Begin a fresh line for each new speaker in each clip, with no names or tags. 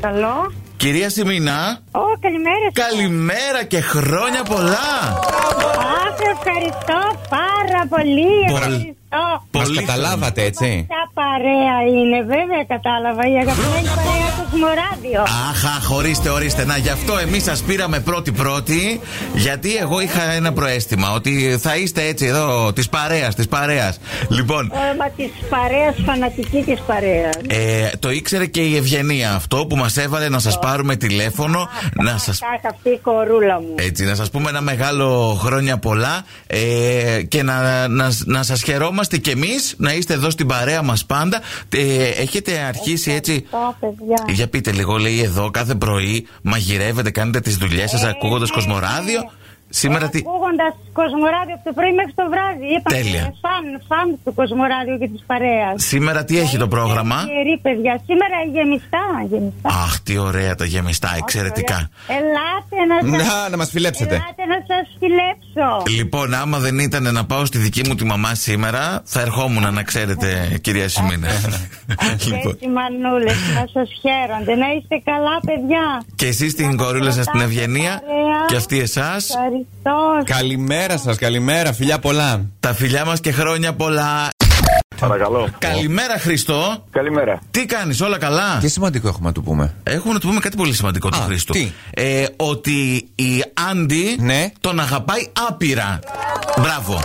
Παρακαλώ.
Κυρία Σιμινά,
Ω, καλημέρα σας.
καλημέρα και χρόνια πολλά!
Αχ, ευχαριστώ πάρα πολύ.
Πολύ.
Ευχαριστώ.
Μας
Πολύ
καταλάβατε,
Ναι.
έτσι.
Ποια παρέα είναι, βέβαια κατάλαβα. Η αγαπημένη παρέα του Μωράδιο.
Αχα, χωρίστε, ορίστε. Να, γι' αυτό εμείς σας πήραμε πρώτη-πρώτη, γιατί εγώ είχα ένα προέστημα ότι θα είστε έτσι εδώ, της παρέας, της παρέας. Λοιπόν,
Μα της παρέας, φανατική της παρέας.
ε, το ήξερε και η Ευγενία αυτό που μας έβαλε να σας πάρουμε τηλέφωνο, να σας
Αχ, αυτή η κορούλα μου.
έτσι, να σας πούμε ένα μεγάλο χρόνια πολλά ε, και να, να, να σας χαιρόμαστε κι εμείς, να είστε εδώ στην παρέα μας πάντα. Ε, έχετε αρχίσει έτσι,
Ευχαριστώ, παιδιά.
για πείτε λίγο, λέει εδώ κάθε πρωί μαγειρεύετε, κάνετε τις δουλειές σας ακούγοντας
ε,
Κοσμοράδιο. Σήμερα τι...
Ακούγοντας Κοσμοράδιο από το πρωί μέχρι το βράδυ. Είπα
Τέλεια.
είμαι φαν, φαν του Κοσμοράδιου και της παρέας.
Σήμερα τι έχει το πρόγραμμα.
Γερή παιδιά, σήμερα γεμιστά. γεμιστά.
Αχ, τι ωραία τα γεμιστά, εξαιρετικά.
Ελάτε να σας
Να, να μας φιλέψετε.
Ελάτε να σας φιλέψω.
Λοιπόν, άμα δεν ήταν να πάω στη δική μου τη μαμά σήμερα, θα ερχόμουν να ξέρετε, κυρία Σιμίνα.
Λοιπόν.
Λοιπόν,
Αυτές οι μανούλες να σας χαίρονται. Να είστε καλά παιδιά.
Και εσείς την κορούλα σας την ευγενία
Ωραία.
και αυτή εσάς.
Ευχαριστώ.
Καλημέρα σας, καλημέρα, φιλιά πολλά.
Τα φιλιά μας και χρόνια πολλά.
Παρακαλώ.
Καλημέρα Χριστό.
Καλημέρα.
Τι κάνεις, όλα καλά.
Τι σημαντικό έχουμε να του πούμε.
Έχουμε να του πούμε κάτι πολύ σημαντικό του
Α,
Χρήστο.
τι?
Ε, ότι η Άντι
Ναι.
τον αγαπάει άπειρα. Μπράβο.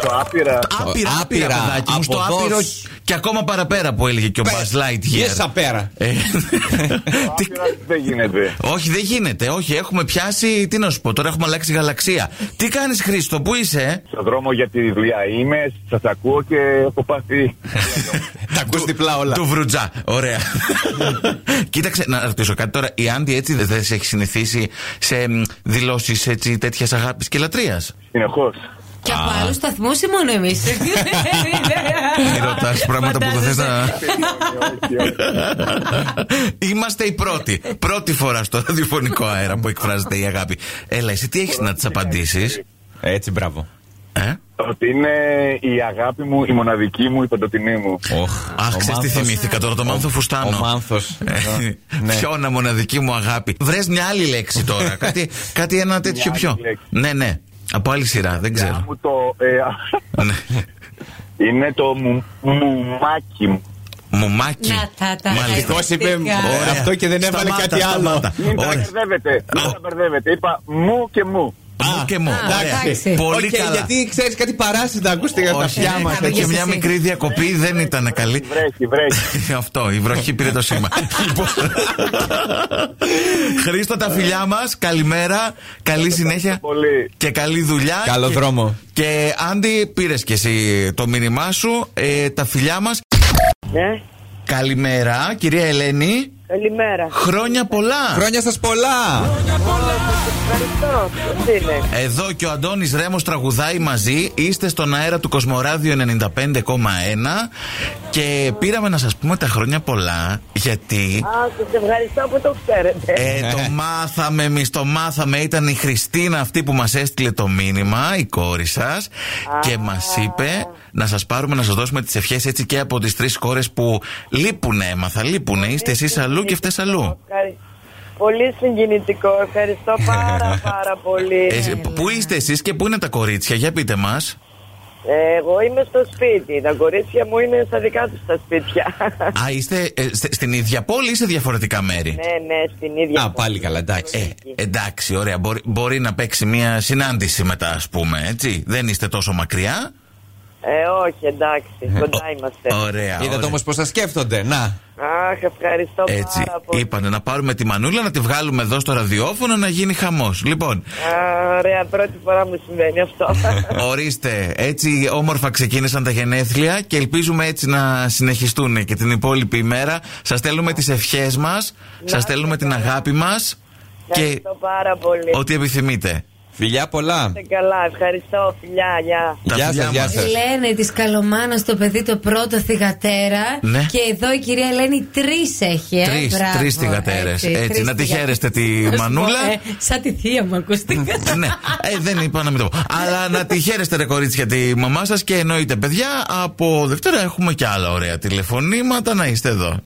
Τόσο άπειρα.
Άπειρα, άπειρα,
άπειρα,
παιδάκι μου. Στο
από εδώ
άπειρο
σ-
και ακόμα παραπέρα που έλεγε και ο
Πε-
Buzz
Γεια
Lightyear.
σα πέρα.
Ε, τι-
Άπειρα δεν γίνεται.
όχι, δεν γίνεται. Όχι, έχουμε πιάσει. Τι να σου πω, τώρα έχουμε αλλάξει γαλαξία. Τι κάνεις, Χρήστο, πού είσαι,
Στον δρόμο για τη δουλειά είμαι, σας ακούω και έχω πάθει.
Τα ακούς διπλά όλα.
Του βρουτζά. Ωραία. Κοίταξε, να ρωτήσω κάτι τώρα. Η Άντι έτσι δεν δεν σε έχει συνηθίσει σε δηλώσεις έτσι τέτοιας αγάπης και λατρείας.
Συνεχώς.
Και από άλλους σταθμούς ή μόνο εμείς.
Μην ρωτά πράγματα που δεν θες να. Είμαστε οι πρώτοι. Πρώτη φορά στο ραδιοφωνικό αέρα που εκφράζεται η αγάπη. Έλα, εσύ τι έχεις να τη απαντήσεις.
Έτσι, μπράβο.
Ε?
Ότι είναι η αγάπη μου, η μοναδική μου, η παντοτινή μου.
Οχ,
Αχ,
ο
ξέρεις τι
Μάνθος.
θυμήθηκα τώρα, το μάνθο
Ο Ναι.
φουστάνο.
μάνθο.
Φιώνα μοναδική μου αγάπη. Βρες μια άλλη λέξη τώρα. κάτι, κάτι ένα τέτοιο
άλλη
πιο.
λέξη.
Ναι, ναι. Από άλλη σειρά, δεν
Γεια
ξέρω.
μου το, ε, α,
Ναι.
είναι το μου, μουμάκι μου.
Μουμάκι.
Να τα τα.
Μάλιστα.
Ευτυχώ είπε
Ωραία.
αυτό και δεν έβαλε
Σταμάτα,
κάτι άλλο.
σταμάτα.
Μην τα
Ωραία.
μπερδεύετε. Μην τα μπερδεύετε. Είπα μου και μου.
Μου και μου.
Α,
Ωραία.
εντάξει.
Πολύ
Οκ,
καλά.
Γιατί ξέρεις κάτι παράσιτα, ακούστηκαν τα
Όχι, ναι,
αυτιά μα.
έκανα και
έτσι.
μια μικρή διακοπή
Ναι.
δεν ήταν καλή.
Βρέχει, βρέχει.
Αυτό, η βροχή πήρε το σήμα. Λοιπόν. Χρήστο, τα φιλιά μας, καλημέρα, καλή συνέχεια
πολύ.
και καλή δουλειά.
Καλό
Και-
δρόμο.
Και Άντι, πήρες και εσύ το μήνυμά σου, ε, τα φιλιά μας.
Ναι,
Καλημέρα, κυρία Ελένη.
καλημέρα.
Χρόνια πολλά.
Χρόνια σας πολλά!
Ευχαριστώ. Ποιος είναι.
Εδώ και ο Αντώνης Ρέμος τραγουδάει μαζί. Είστε στον αέρα του Κοσμοράδιο 95,1 και πήραμε να σας πούμε τα χρόνια πολλά γιατί
Α, σας ευχαριστώ που το ξέρετε.
ε, το μάθαμε εμείς, το μάθαμε. Ήταν η Χριστίνα αυτή που μας έστειλε το μήνυμα, η κόρη σας και μας είπε να σας πάρουμε να σας δώσουμε τις ευχές έτσι και από τις τρεις κόρες που λείπουνε, έμαθα, λείπουνε. Είστε εσείς αλλού και αυτές αλλού.
Ευχαρι- Πολύ συγκινητικό. Ευχαριστώ πάρα πάρα πολύ.
Ε, πού είστε εσείς και πού είναι τα κορίτσια, για πείτε μας.
Ε, Εγώ είμαι στο σπίτι. Τα κορίτσια μου είναι στα δικά τους τα σπίτια.
Α, είστε ε, στε- στην ίδια πόλη ή σε διαφορετικά μέρη.
Ναι, ναι, στην ίδια.
Α,
πόλη.
πάλι καλά, εντάξει.
Ε, εντάξει, ωραία. Μπορεί, μπορεί να παίξει μια συνάντηση μετά, ας πούμε, έτσι. Δεν είστε τόσο μακριά.
Ε, όχι, εντάξει.
Ε,
Κοντά είμαστε.
Ωραία.
Είδατε
ωραία.
όμως πώ τα σκέφτονται. Να.
Αχ, ευχαριστώ
Έτσι.
πάρα πολύ.
Είπανε να πάρουμε τη μανούλα, να τη βγάλουμε εδώ στο ραδιόφωνο να γίνει χαμός. Λοιπόν,
Α, Ωραία, πρώτη φορά μου συμβαίνει αυτό.
ορίστε. Έτσι όμορφα ξεκίνησαν τα γενέθλια και ελπίζουμε έτσι να συνεχιστούν και την υπόλοιπη ημέρα. Σας στέλνουμε τις ευχές μας, σα στέλνουμε την αγάπη μας και
Ευχαριστώ πάρα πολύ.
ό,τι επιθυμείτε.
Φιλιά πολλά.
Είστε καλά, ευχαριστώ, φιλιά, γεια.
Τα
Γεια
φιλιά
σα, γεια
μας.
σας.
Λένε της Καλομάνας το παιδί το πρώτο θυγατέρα.
Ναι.
Και εδώ η κυρία Ελένη τρεις έχει. Ε.
Τρεις,
Μπράβο,
τρεις θυγατέρες. Έτσι,
τρεις
να τη
θυγατέρες.
χαίρεστε τη
Να σου πω,
Μανούλα.
ε, σαν τη θεία μου ακούστηκα.
ναι, ε, δεν είπα να μην το πω. Αλλά να τη χαίρεστε, ρε κορίτσια, τη μαμά σας και εννοείται, παιδιά, από Δευτέρα έχουμε και άλλα ωραία τηλεφωνήματα να είστε εδώ.